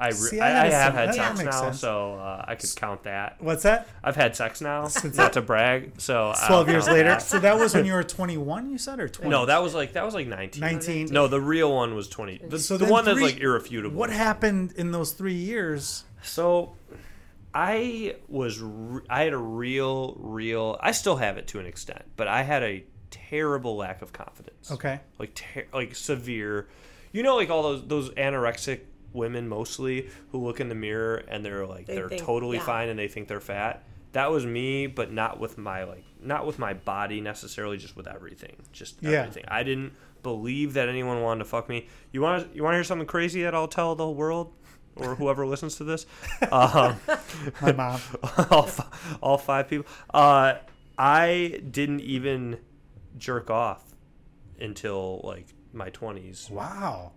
S4: I, re-
S1: See, I
S4: I,
S1: had a
S4: I, have
S1: sim-
S4: had
S1: that
S4: sex
S1: makes
S4: now,
S1: sense.
S4: so uh, I could count that.
S1: What's that?
S4: I've had sex now, not to brag. So I
S1: Twelve
S4: don't
S1: years
S4: <laughs> count
S1: later.
S4: that.
S1: So that was when you were 21. You said or 20?
S4: Uh, No, that was like that was like nineteen.
S1: 19.
S4: No, the real one was twenty. The,
S1: So
S4: the
S1: then
S4: one that's
S1: three-
S4: like irrefutable.
S1: What happened in those three years?
S4: So I was re- I had a real real I still have it to an extent, but I had a terrible lack of confidence.
S1: Okay.
S4: Like ter- like severe. You know like all those those anorexic women mostly who look in the mirror and they're like
S3: They
S4: they are
S3: think-
S4: totally
S3: yeah.
S4: fine and they think they're fat. That was me, but not with my like not with my body necessarily, just with everything. Just
S1: Yeah.
S4: everything. I didn't believe that anyone wanted to fuck me. You want to you want to hear something crazy that I'll tell the world or whoever <laughs> listens to this? Um,
S1: My
S4: <laughs>
S1: mom.
S4: all, f- all five people. Uh, I didn't even jerk off until like my 20s.
S1: Wow.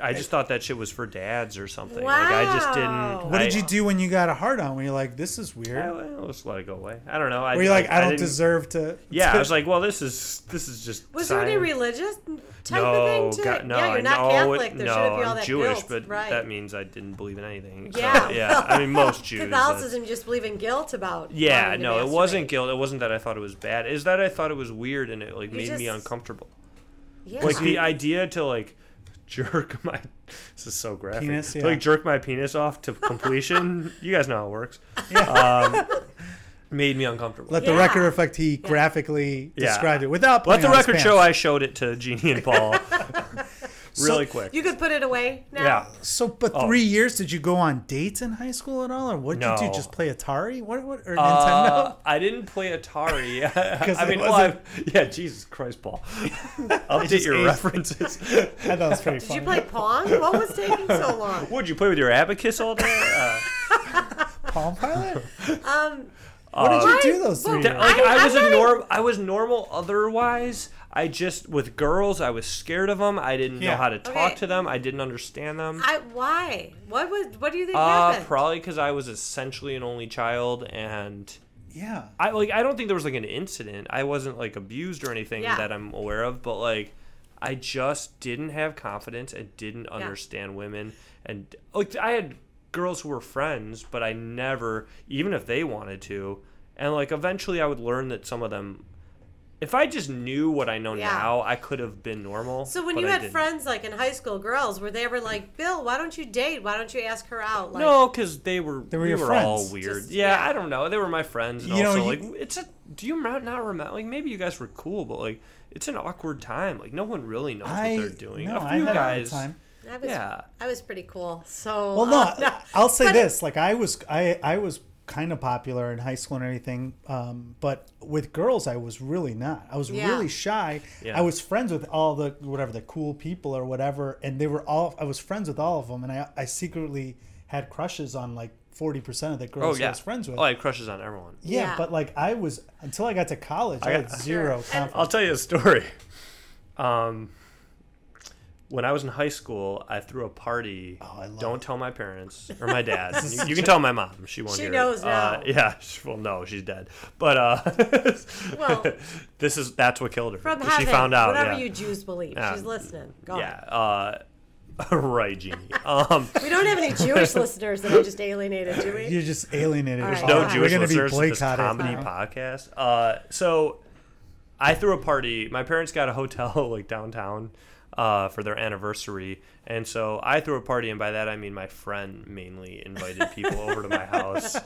S4: I just thought that shit was for dads or something. Like I just
S3: Wow.
S4: didn't.
S1: What did
S4: I-
S1: you do when you got a hard on? When you're like, this is
S4: I,
S1: weird.
S4: I just let it go away. I don't know. I,
S1: Were you like, I don't
S4: didn't-
S1: deserve to?
S4: <laughs> Yeah,
S1: <laughs>
S4: I was like, well, this is this is just.
S3: Was
S4: science.
S3: there any religious type
S4: no,
S3: of thing to
S4: God, no,
S3: Yeah,
S4: I
S3: you're not
S4: know it-
S3: Catholic. There
S4: no,
S3: shouldn't be all
S4: I'm
S3: that
S4: Jewish,
S3: guilt.
S4: but
S3: right.
S4: that means I didn't believe in anything. So,
S3: Yeah.
S4: yeah. I
S3: <laughs>
S4: mean, most Jews. that's-
S3: Catholicism just believe in guilt about.
S4: Yeah,
S3: wanting to
S4: no, it
S3: masturbate.
S4: wasn't guilt. It wasn't that I thought it was bad. Is that I thought it was weird and it like made me
S3: just-
S4: uncomfortable.
S3: Yeah.
S4: Like the idea to like jerk <laughs> my this is so graphic.
S1: Penis,
S4: To,
S1: yeah.
S4: Like jerk my penis off to completion. <laughs> you guys know how
S1: <laughs>
S4: it works. Um, made me uncomfortable.
S1: Let the
S3: Yeah.
S1: record reflect he graphically
S4: Yeah.
S1: described it without.
S4: Let
S1: putting
S4: the
S1: on his
S4: record show
S1: pants.
S4: I showed it to Jeannie and
S1: <laughs>
S4: Paul <laughs> really quick.
S3: you could put it away now.
S4: yeah.
S1: So, but
S4: Oh.
S1: three years? Did you go on dates in high school at all, or what did you
S4: No.
S1: do? Just play Atari? What? What? Or Nintendo?
S4: <laughs> Uh, I didn't play
S1: <laughs>
S4: Atari. <laughs> I
S1: it
S4: mean, well,
S1: wasn't-
S4: I've- yeah, Jesus
S1: <laughs>
S4: Christ, Paul. Update
S1: just
S4: your
S1: aged.
S4: references.
S1: <laughs> I thought it was pretty
S3: Did
S1: funny.
S3: you play Pong? What was taking so long?
S4: Would you play with your abacus all day?
S3: <laughs>
S4: Uh,
S1: Palm
S4: <laughs>
S1: Pilot?
S3: Um,
S4: Uh,
S1: What did you
S3: Why-
S1: do those three
S3: well,
S1: years?
S4: That- like
S3: I-
S4: I, was
S3: I'm
S4: a
S3: not
S4: norm. I was normal otherwise. I just with girls, I was scared of them. I didn't
S1: Yeah.
S4: know how to talk
S3: Okay.
S4: to them. I didn't understand them.
S3: I why? What was? What do you think
S4: uh,
S3: happened?
S4: probably because I was essentially an only child, and
S1: Yeah.
S4: I like I don't think there was like an incident. I wasn't like abused or anything
S3: Yeah.
S4: that I'm aware of, but like I just didn't have confidence and didn't understand women, and like I had girls who were friends, but I never, even if they wanted to, and like eventually I would learn that some of them. If I just knew what I know
S3: Yeah.
S4: now, I could have been normal.
S3: So when
S4: but
S3: you
S4: I
S3: had
S4: didn't.
S3: friends like in high school, girls were they ever like, Bill, why don't you date? Why don't you ask her out? Like,
S4: No, because they were they
S1: were
S4: were, we
S1: your
S4: were
S1: friends.
S4: all weird.
S3: Just-
S4: yeah,
S3: yeah.
S4: I don't know. They were my friends. And
S1: You know,
S4: also,
S1: you-
S4: like it's a. Do you not, not remember? Like maybe you guys were cool, but like it's an awkward time. Like no one really knows
S1: I
S4: what they're doing.
S1: No,
S4: a few
S1: I had a hard
S4: guys.
S1: time.
S3: I was,
S4: Yeah.
S3: I was pretty cool. So
S1: Well, no,
S3: <laughs> uh,
S1: I'll say
S3: But-
S1: this: like I was, I, I was kind of popular in high school and everything, um, but with girls, I was really not. I was
S3: Yeah.
S1: really shy.
S4: Yeah.
S1: I was friends with all the whatever the cool people or whatever, and they were all. I was friends with all of them, and I, I secretly had crushes on like forty percent of the
S4: Oh
S1: girls I
S4: yeah,
S1: was friends with.
S4: Oh, I had crushes on everyone.
S1: yeah,
S3: Yeah.
S1: but like I was until I got to college, I,
S4: I
S1: had
S4: got-
S1: <laughs> zero
S3: Sure.
S1: confidence.
S4: I'll tell you a story. Um, when I was in high school, I threw a party.
S1: Oh, I love
S4: Don't tell
S1: <laughs>
S4: my parents or my dad. you, you can tell my mom. She won't
S3: She
S4: hear. it.
S3: knows
S4: Uh,
S3: now.
S4: yeah. <laughs> She, well, no, she's dead. But uh, <laughs>
S3: Well-
S1: <laughs>
S4: this is that's what killed her.
S3: From
S4: she
S3: heaven,
S4: found out.
S3: whatever
S4: yeah.
S3: you Jews believe.
S4: Yeah.
S3: She's listening. Go
S4: yeah.
S3: on.
S4: Uh, <laughs> right, Jeannie. Um,
S3: <laughs> We don't have any Jewish listeners that I just alienated, do
S4: <laughs>
S3: we?
S1: you just alienated.
S3: There's
S1: us
S4: no
S1: all.
S4: Jewish
S1: We're gonna
S4: listeners
S1: be
S4: to this
S1: boycotted.
S4: comedy
S1: now.
S4: podcast. Uh, so I threw a party. My parents got a hotel <laughs> like downtown uh, for their anniversary, and so I threw a party, and by that I mean my friend mainly invited people over to
S1: <laughs>
S4: my house,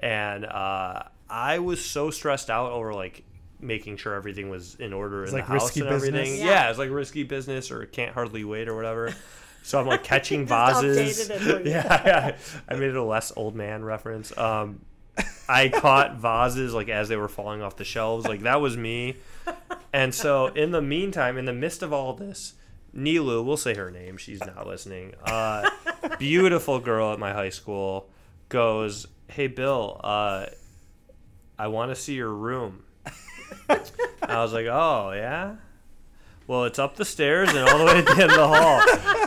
S4: and uh, I was so stressed out over like making sure everything was in order in
S1: like
S4: the house
S1: risky
S4: and
S1: business.
S4: everything.
S3: Yeah.
S4: Yeah, it's like risky business or can't hardly wait or whatever. So I'm
S3: <laughs>
S4: like catching
S3: just
S4: vases.
S3: updated it
S4: <laughs>
S3: for you.
S4: yeah, yeah, I made it a less old man reference. Um, I caught vases like as they were falling off the shelves. Like that was me. And so in the meantime, in the midst of all this, Nilu, we'll say her name. She's not listening. Uh, beautiful girl at my high school goes, "Hey Bill, uh, I want to see your room." I was like, "Oh yeah." Well, it's up the stairs and all the way at the end of the hall.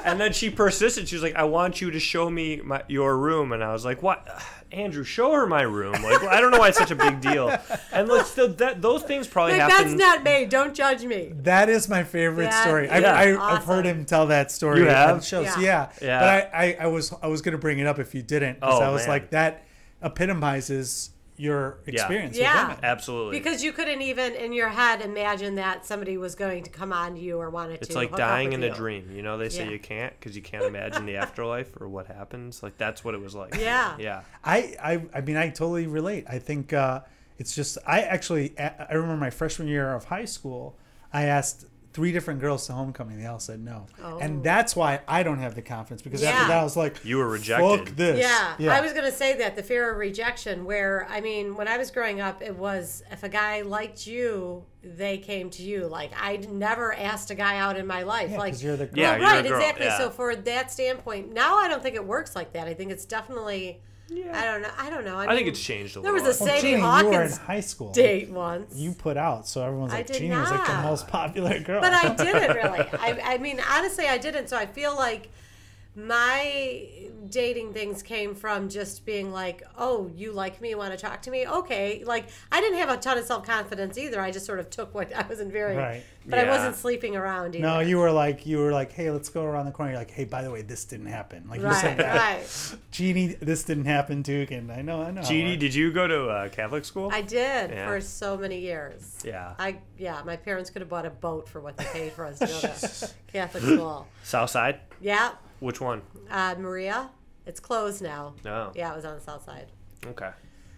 S4: And then she persisted. She was like, "I want you to show me my, your room." And I was like, "What, Andrew? Show her my room." Like, I don't know why it's such a big deal. And like, still, that, those things probably
S3: Like, that's
S4: happen.
S3: not me. Don't judge me.
S1: That is my favorite
S3: That
S1: story.
S3: is
S1: I've, I, I've
S3: awesome.
S1: heard him tell that story.
S4: You have?
S1: on shows.
S3: Yeah.
S1: Yeah.
S4: Yeah.
S1: But I, I, I was I was gonna bring it up if you didn't because
S4: Oh,
S1: I was
S4: man.
S1: like that epitomizes your experience.
S3: Yeah.
S1: With women.
S4: Absolutely.
S3: Because you couldn't even in your head imagine that somebody was going to come on you or wanted to.
S4: It's like
S3: hook up
S4: dying
S3: with
S4: in a
S3: you.
S4: dream. You know, they say
S3: Yeah.
S4: you can't because you can't imagine the afterlife or what happens. Like that's what it was like.
S3: Yeah.
S4: Yeah.
S1: I, I I mean I totally relate. I think uh, it's just I actually I I remember my freshman year of high school. I asked three different girls to homecoming. They all said no,
S3: Oh.
S1: and that's why I don't have the confidence because
S3: Yeah.
S1: after that I was like,
S4: You were rejected.
S1: Fuck this.
S3: Yeah, I was going to say that the fear of rejection, where I mean, when I was growing up, it was if a guy liked you, they came to you. Like I never asked a guy out in my life.
S1: Yeah,
S3: like
S1: 'cause you're the
S4: Yeah,
S3: Well,
S4: you're a
S3: right,
S4: girl,
S3: exactly.
S4: yeah.
S3: So for that standpoint, now I don't think it works like that. I think it's definitely. I don't know. I don't know. I,
S4: I think
S3: mean,
S4: it's changed a
S3: there
S4: little.
S3: was
S4: bit.
S3: a Sadie
S1: Jeannie, you were in
S3: Hawkins
S1: high school.
S3: date once.
S1: You put out, so everyone's
S3: I
S1: like,
S3: did
S1: Jeannie was like the
S3: not.
S1: most popular girl. <laughs>
S3: but I didn't really. I, I mean, honestly, I didn't. So I feel like my dating things came from just being like, oh, you like me, want to talk to me? Okay. Like, I didn't have a ton of self confidence either. I just sort of took what I wasn't very,
S1: Right.
S3: but I
S4: Yeah.
S3: wasn't sleeping around either.
S1: No, you were like you were like, hey, let's go around the corner. You're like, hey, by the way, this didn't happen. Like you
S3: <laughs> Right,
S1: said that.
S3: right.
S1: Jeannie, this didn't happen, Duke. And I know, I know. how it
S3: <laughs>
S4: Jeannie,
S1: works.
S4: did you go to uh, Catholic school?
S3: I did
S4: Yeah.
S3: for so many years.
S4: yeah.
S3: I yeah, my parents could have bought a boat for what they paid for us to go
S4: <laughs>
S3: to Catholic school.
S4: Southside.
S3: Yeah,
S4: Which one?
S3: uh, Maria, it's closed now.
S4: No.
S3: Yeah, it was on the south side.
S4: Okay.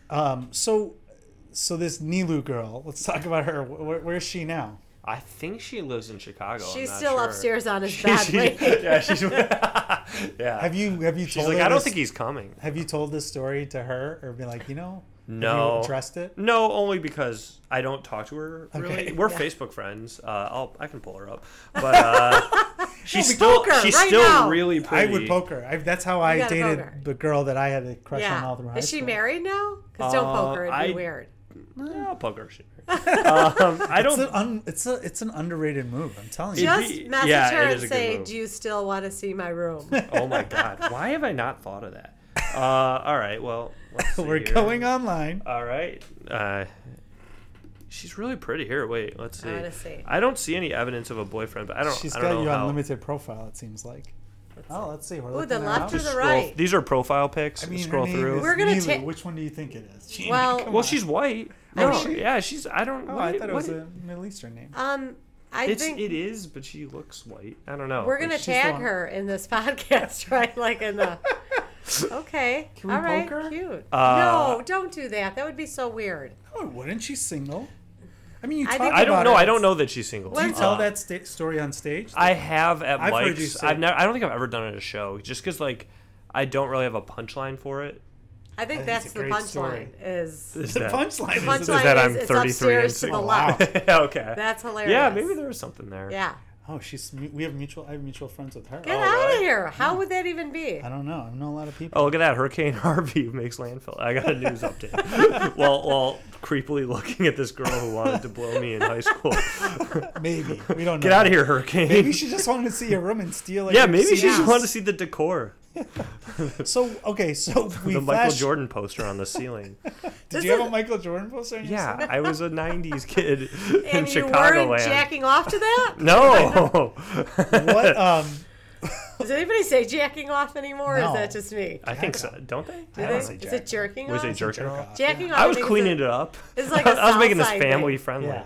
S1: Um, so, so this Nilu girl. Let's talk about her. Where, where's she now?
S4: I think she lives in Chicago. I'm
S3: She's
S4: Oh, not
S3: still
S4: sure.
S3: upstairs on his
S4: <laughs> She-
S3: bed.
S4: she- <laughs>
S3: waiting. <laughs>
S4: yeah. She's. yeah.
S1: Have you have you
S4: she's
S1: told
S4: like,
S1: her
S4: I don't
S1: this-
S4: think he's coming.
S1: Have you told this story to her or be like, you know, have
S4: No.
S1: you addressed it?
S4: No, only because I don't talk to her. Really,
S1: Okay.
S4: we're Facebook friends. Uh, I'll I can pull her up, but uh,
S3: <laughs>
S4: she's still
S3: poke her
S4: she's
S3: right
S4: still
S3: now.
S4: really
S1: I
S4: pretty.
S1: would poke her. I, that's how I
S3: gotta
S1: dated
S3: poke her.
S1: the girl that I had a crush on all through
S3: yeah.
S1: high
S3: Is she
S1: school.
S3: married now? Because don't
S4: Uh,
S3: poke her. It'd be
S4: I-
S3: weird.
S4: Yeah, I'll poke
S3: <laughs>
S4: her. She- um,
S1: It's,
S4: I don't.
S1: an un, it's, a, it's an underrated move. I'm telling you.
S4: It'd
S3: Just
S4: be-
S3: message
S4: yeah,
S3: her
S4: it
S3: and
S4: is a good
S3: say,
S4: move.
S3: "Do you still want to see my
S1: <laughs>
S3: room?"
S4: Oh my god, why have I not thought of that? Uh, all right, well, let's
S1: <laughs>
S4: see
S1: We're
S4: here.
S1: going online.
S4: All right. Uh, she's really pretty. Here, wait, let's see.
S3: I wanna see.
S4: I don't see any evidence of a boyfriend, but I don't.
S1: She's
S4: I don't
S1: got
S4: know
S1: you
S4: how.
S1: on limited profile. It seems like. oh, let's see. We're
S3: Ooh,
S1: looking
S3: the
S1: at
S3: left
S1: her.
S3: or the
S4: Scroll-
S3: right?
S4: These are profile pics.
S1: I mean, her
S4: Scroll
S1: name
S4: through.
S1: is
S3: We're gonna
S1: Nilu.
S3: take-
S1: Which one do you think it is? Jeannie,
S3: Well-
S1: come
S4: Well,
S1: on.
S4: she's white.
S1: Oh,
S4: No,
S1: she-
S4: yeah, she's. I don't.
S1: Oh,
S4: what
S1: I
S4: do-
S1: thought it
S4: what
S1: was
S4: do-
S1: a Middle Eastern name.
S3: Um, I
S4: It's
S3: think
S4: it is, but she looks white. I don't know.
S3: we're gonna
S1: she's the
S3: tag
S1: one-
S3: her in this <laughs> podcast, right? Like in
S4: <laughs>
S3: the. Okay.
S1: Can we
S3: All right.
S1: poke her?
S3: Cute.
S4: Uh,
S3: no, don't do that. That would be so weird.
S1: Oh, wouldn't she single? I mean, you
S3: I
S1: talk
S3: think-
S1: about
S4: I don't know.
S1: her.
S4: I don't know that she's single.
S1: Do you
S3: When's-
S1: tell
S4: Uh,
S1: that sta- story on stage?
S4: I have at
S1: I've heard you
S4: Mike's.
S1: say-
S4: I've never. I don't think I've ever done it at a show, just because like I don't really have a punchline for it.
S3: I think
S1: I think
S3: that's
S1: it's a
S3: the
S1: great story.
S3: punchline. Is
S4: Is
S1: the
S4: that-
S1: punchline
S4: is
S1: is
S3: punchline
S4: that
S3: is
S4: I'm
S3: it's
S4: 33 and
S3: upstairs to
S4: single?
S3: the
S1: Wow.
S3: left.
S4: <laughs> okay.
S3: That's hilarious.
S4: Yeah, maybe there was something there.
S3: Yeah.
S1: Oh, she's we have mutual. I have mutual friends with her. Oh,
S3: Get
S4: Oh,
S3: out
S4: really?
S3: of here. How would that even
S4: <laughs>
S3: be?
S1: I don't know. I know a lot of people.
S4: Oh, look at that. Hurricane <laughs> Harvey makes landfill. I got a
S3: <laughs>
S4: news update. while, while creepily looking at this girl who wanted to blow me in high
S3: <laughs>
S4: school.
S1: Maybe we don't know.
S4: Oh. <laughs> Get out of here, Hurricane.
S1: Maybe she just wanted to see your room and steal. Like,
S4: yeah,
S1: your
S4: maybe she just
S1: CDs.
S4: wanted to see the decor.
S1: So okay,
S4: <laughs>
S1: so we
S4: the Michael
S1: flash.
S4: Jordan poster on
S1: <laughs>
S4: the ceiling.
S1: Did you have a Michael Jordan poster? on your
S4: yeah,
S1: side?
S4: I was
S3: <laughs>
S4: a 90s kid in
S3: and you
S4: Chicagoland.
S3: weren't jacking off to
S4: <laughs>
S3: that? <laughs>
S4: no. <laughs>
S1: What? Um.
S3: Does anybody say jacking off anymore? Or
S1: No.
S3: is that just me?
S4: I think so. Don't they?
S3: Do
S1: I
S3: they,
S1: don't say
S3: is it jerking
S4: Was
S3: off?
S4: it jerking
S1: jerk
S4: off?
S1: off.
S3: Jacking off.
S4: I was
S3: think it's
S4: cleaning
S3: a-
S4: it up. <laughs>
S3: It's like
S4: I
S3: a
S4: was making this
S3: Southside
S4: family
S3: thing.
S4: friendly.
S1: Yeah.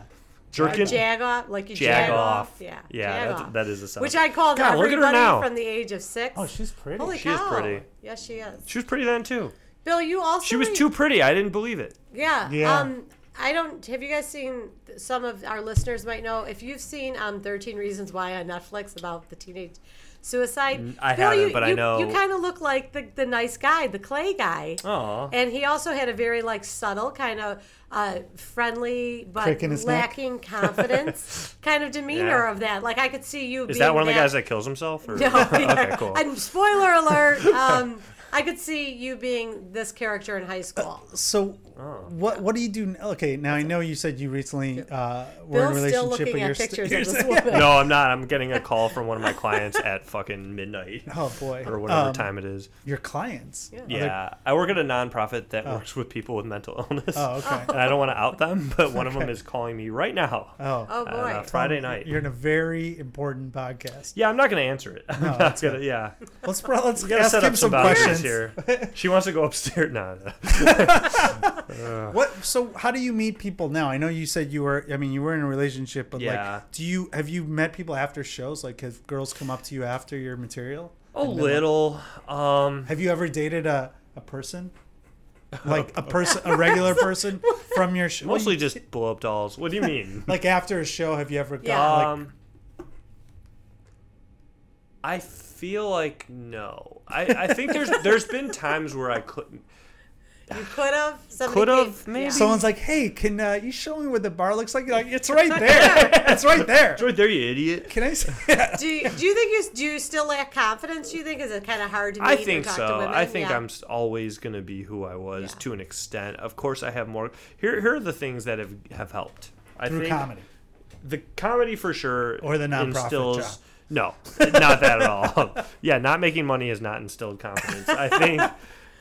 S4: Jerking
S3: Jag off, like you jag,
S4: jag
S3: off.
S4: off.
S3: Yeah. jag
S4: Yeah,
S3: off.
S4: that's, that is a sound.
S3: Which I call
S4: God, look at her
S3: everybody
S4: now.
S3: from the age of six.
S1: Oh, she's pretty.
S3: Holy
S4: she is
S3: cow.
S4: pretty.
S3: Yes, she is.
S4: She was pretty then too.
S3: Bill, you also.
S4: She was too pretty. I didn't believe it.
S3: Yeah.
S1: Yeah.
S3: Um, I don't. Have you guys seen? Some of our listeners might know if you've seen um, Thirteen Reasons Why on Netflix about the teenage suicide.
S4: I
S3: Bill,
S4: haven't,
S3: you,
S4: but I
S3: you,
S4: know- Oh,
S3: you kind of look like the, the nice guy, the Clay guy.
S4: Aw.
S3: And he also had a very like subtle kind of uh, friendly but
S1: Crick in his neck.
S3: lacking confidence
S1: <laughs>
S3: kind of demeanor
S4: Yeah.
S3: of that. Like I could see you.
S4: Is
S3: being
S4: that one of
S3: <laughs>
S4: the guys that <laughs> kills himself? Or?
S3: No.
S4: okay, cool.
S3: And spoiler
S4: <laughs>
S3: alert. Um, I could see you being this character in high school.
S1: So
S4: Oh.
S1: what? What do you do? n- Okay, now I know you said you recently uh, were in a
S3: Bill's
S1: relationship, but
S3: still looking
S1: you're
S3: at
S1: st-
S3: pictures
S1: you're <laughs>
S3: of this
S1: st-
S3: woman.
S4: no, I'm not. I'm getting a call from one of my clients at fucking midnight <laughs>
S1: Oh boy.
S4: or whatever
S1: Um,
S4: time it is.
S1: Your clients. Yeah.
S4: Yeah, I work at a nonprofit that works with people with mental <laughs> illness.
S1: Oh, okay.
S4: And I don't want to out them, <laughs> but one of them is calling me right now.
S1: Oh.
S3: Oh
S4: on
S3: boy.
S4: a Friday night.
S1: You're in a very important podcast.
S4: Yeah, I'm not gonna answer it. <laughs> I'm not
S1: that's
S4: gonna. Yeah,
S1: Let's pro- let's
S4: gotta
S1: ask
S4: set
S1: him
S4: up
S1: some
S4: some boundaries
S1: questions
S4: here.
S1: <laughs>
S4: She wants to go upstairs. <laughs> No, no.
S1: What? So how do you meet people now? I know you said you were. I mean, you were in a relationship, but
S4: Yeah.
S1: like, do you have you met people after shows? Like, have girls come up to you after your material?
S4: a little. Um,
S1: Have you ever dated a a person? Like a person, a
S4: <laughs>
S1: regular person from your show.
S4: mostly just blow up dolls. What do you mean?
S1: like after a show. Have you ever
S3: Yeah.
S1: got like?
S4: Um, I feel like no. I, I think
S3: <laughs>
S4: there's there's been times where I couldn't.
S3: You could have.
S4: Could have, maybe.
S1: Someone's like, "Hey, can uh, you show me what the bar looks like?" You're like,
S4: <laughs>
S1: it's right there. <laughs> It's right there.
S4: Right there, you idiot.
S1: Can I? <laughs> s-
S3: Do you, do you think you do you still lack confidence? Do you think is it kind of hard to meet
S4: I
S3: or
S4: think
S3: talk to
S4: so.
S3: women?
S4: I think
S3: Yeah.
S4: I'm s- always going to be who I was
S3: Yeah.
S4: to an extent. Of course, I have more. Here, here are the things that have have helped. I
S1: Through
S4: think
S1: comedy.
S4: the comedy for sure,
S1: Or the nonprofit
S4: instills-
S1: job.
S4: No, not that at all. <laughs> yeah, not making money has not instilled confidence. I think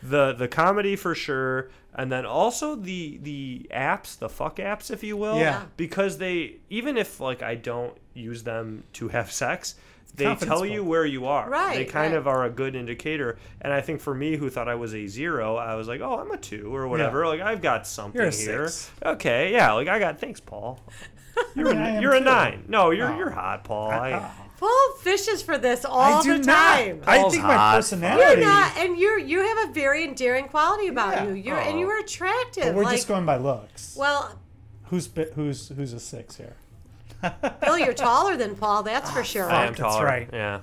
S4: the the comedy for sure, and then also the the apps, the fuck apps, if you will.
S1: Yeah.
S4: Because they even if like I don't use them to have sex. They
S1: confidence
S4: tell you
S1: building.
S4: where you are. They
S3: Right,
S4: kind
S3: right.
S4: of are a good indicator. And I think for me, who thought I was a zero, I was like, oh, I'm a two or whatever. Like, I've got something
S1: You're a
S4: here.
S1: six.
S4: Okay, yeah. Like, I got, thanks, Paul. You're,
S1: I
S4: a,
S1: am
S4: you're a
S1: too. Oh.
S4: nine. No, you're,
S1: No.
S4: you're hot, Paul. I,
S3: Paul fishes for this all
S1: I do
S3: the
S1: not.
S3: time.
S1: I
S4: Paul's
S1: think my
S4: hot.
S1: personality.
S3: You're not, and you're you have a very endearing quality about
S1: Yeah.
S3: you. You're and you are attractive.
S1: But we're
S3: like,
S1: just going by looks.
S3: Well,
S1: Who's bi- who's who's a six here?
S3: Bill, you're taller than Paul. That's for sure.
S4: I am
S1: that's
S4: taller.
S1: right.
S4: Yeah.
S1: Height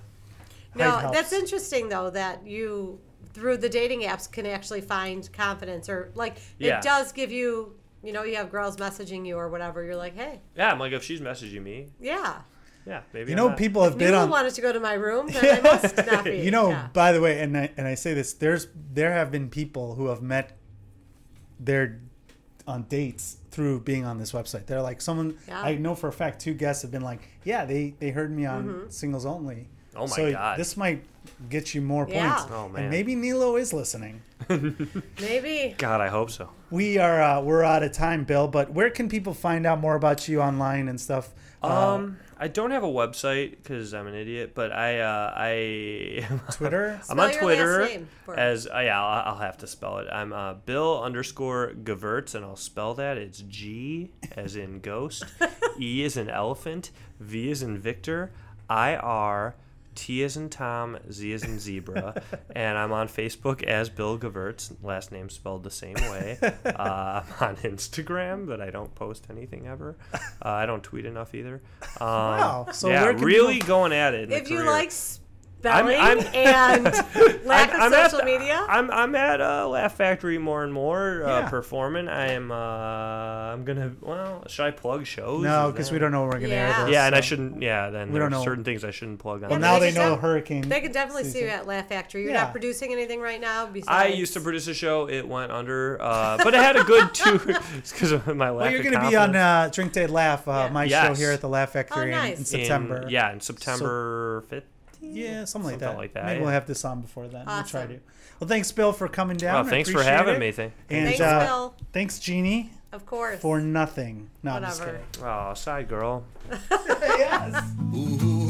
S3: no,
S1: helps.
S3: that's interesting though that you through the dating apps can actually find confidence or like
S4: Yeah.
S3: it does give you. You know, you have girls messaging you or whatever. You're like, hey,
S4: Yeah, I'm like, if she's messaging me,
S3: yeah.
S4: yeah, maybe.
S1: You
S4: I'm
S1: know,
S4: not.
S1: people have been
S3: Newell
S1: on.
S3: wanted to go to my room,
S1: <laughs>
S3: then I must not be.
S1: you know,
S3: yeah.
S1: by the way, and I, and I say this, there's there have been people who have met their on dates through being on this website. They're like someone
S3: Yeah.
S1: I know for a fact. Two guests have been like, yeah, they they heard me on
S3: Mm-hmm.
S1: singles only.
S4: Oh my
S1: so
S4: God.
S1: This might get you more
S3: Yeah.
S1: points.
S4: Oh,
S1: And
S4: man.
S1: maybe Nilo is listening.
S3: maybe.
S4: God, I hope so.
S1: We are uh, we're out of time, Bill. But where can people find out more about you online and stuff? Uh,
S4: Um, I don't have a website because I'm an idiot, but I, uh, I, <laughs>
S1: Twitter.
S4: I'm on
S3: Spell your last
S4: Twitter
S3: name for
S4: as uh, yeah, I'll, I'll have to spell it. I'm uh, Bill underscore Gavertz, and I'll spell that. It's G as
S3: <laughs>
S4: in ghost, E as in elephant, V as in Victor, I R, T as in Tom, Z as
S3: <laughs>
S4: in zebra, and I'm on Facebook as Bill Gavertz. Last name spelled the same
S3: <laughs>
S4: way. Uh, I'm on Instagram, but I don't post anything ever. Uh, I don't tweet enough either. Um,
S1: Wow. Oh, So
S4: yeah,
S1: where can
S4: really
S1: people-
S4: going at it. in the
S3: If you
S4: career.
S3: like s- belling
S4: I'm-
S3: and lack
S4: I'm-
S3: of
S4: I'm
S3: social
S4: at, the-
S3: media.
S4: I'm, I'm at uh, Laugh Factory more and more uh,
S1: Yeah.
S4: performing. I am. Uh, I'm gonna. Well, should I plug shows?
S1: No,
S4: Is
S1: because
S4: that-
S1: we don't know when we're going to
S3: Yeah.
S1: air this.
S4: Yeah, and I
S1: so.
S4: shouldn't. Yeah, then
S1: We
S4: there
S1: don't
S4: are
S1: know.
S4: certain things I shouldn't plug on.
S1: Well,
S4: there.
S1: now
S3: they
S1: they
S3: can
S1: know
S3: def-
S1: hurricane.
S3: they can definitely see you
S1: season.
S3: at Laugh Factory. You're
S1: Yeah.
S3: not producing anything right now. Besides,
S4: I used to produce a show. It went under, uh, but it had a good two. <laughs> it's because of my lack
S1: Well, you're
S4: of
S1: going to be on
S4: confidence.
S1: uh, Drink Day Laugh, uh,
S3: Yeah.
S1: my show
S4: Yes.
S1: here at the Laugh Factory in-
S3: Oh, nice.
S1: in
S3: In-
S4: In-
S1: September.
S4: yeah, in September fifth.
S1: Yeah, something like
S4: Something
S1: that.
S4: like that,
S1: Maybe
S4: yeah.
S1: we'll have this on before then. We'll
S3: Awesome.
S1: try to. Well, thanks, Bill, for coming down.
S4: Oh,
S1: I
S4: thanks for
S1: appreciate
S4: having
S1: it.
S4: me. Thank.
S1: And
S3: Thanks,
S1: uh,
S3: Bill.
S1: thanks, Jeannie,
S3: of course.
S1: for nothing. No, I'm just
S3: Whatever.
S1: kidding.
S3: <laughs>
S4: Oh, side girl.
S1: yes.
S2: Ooh,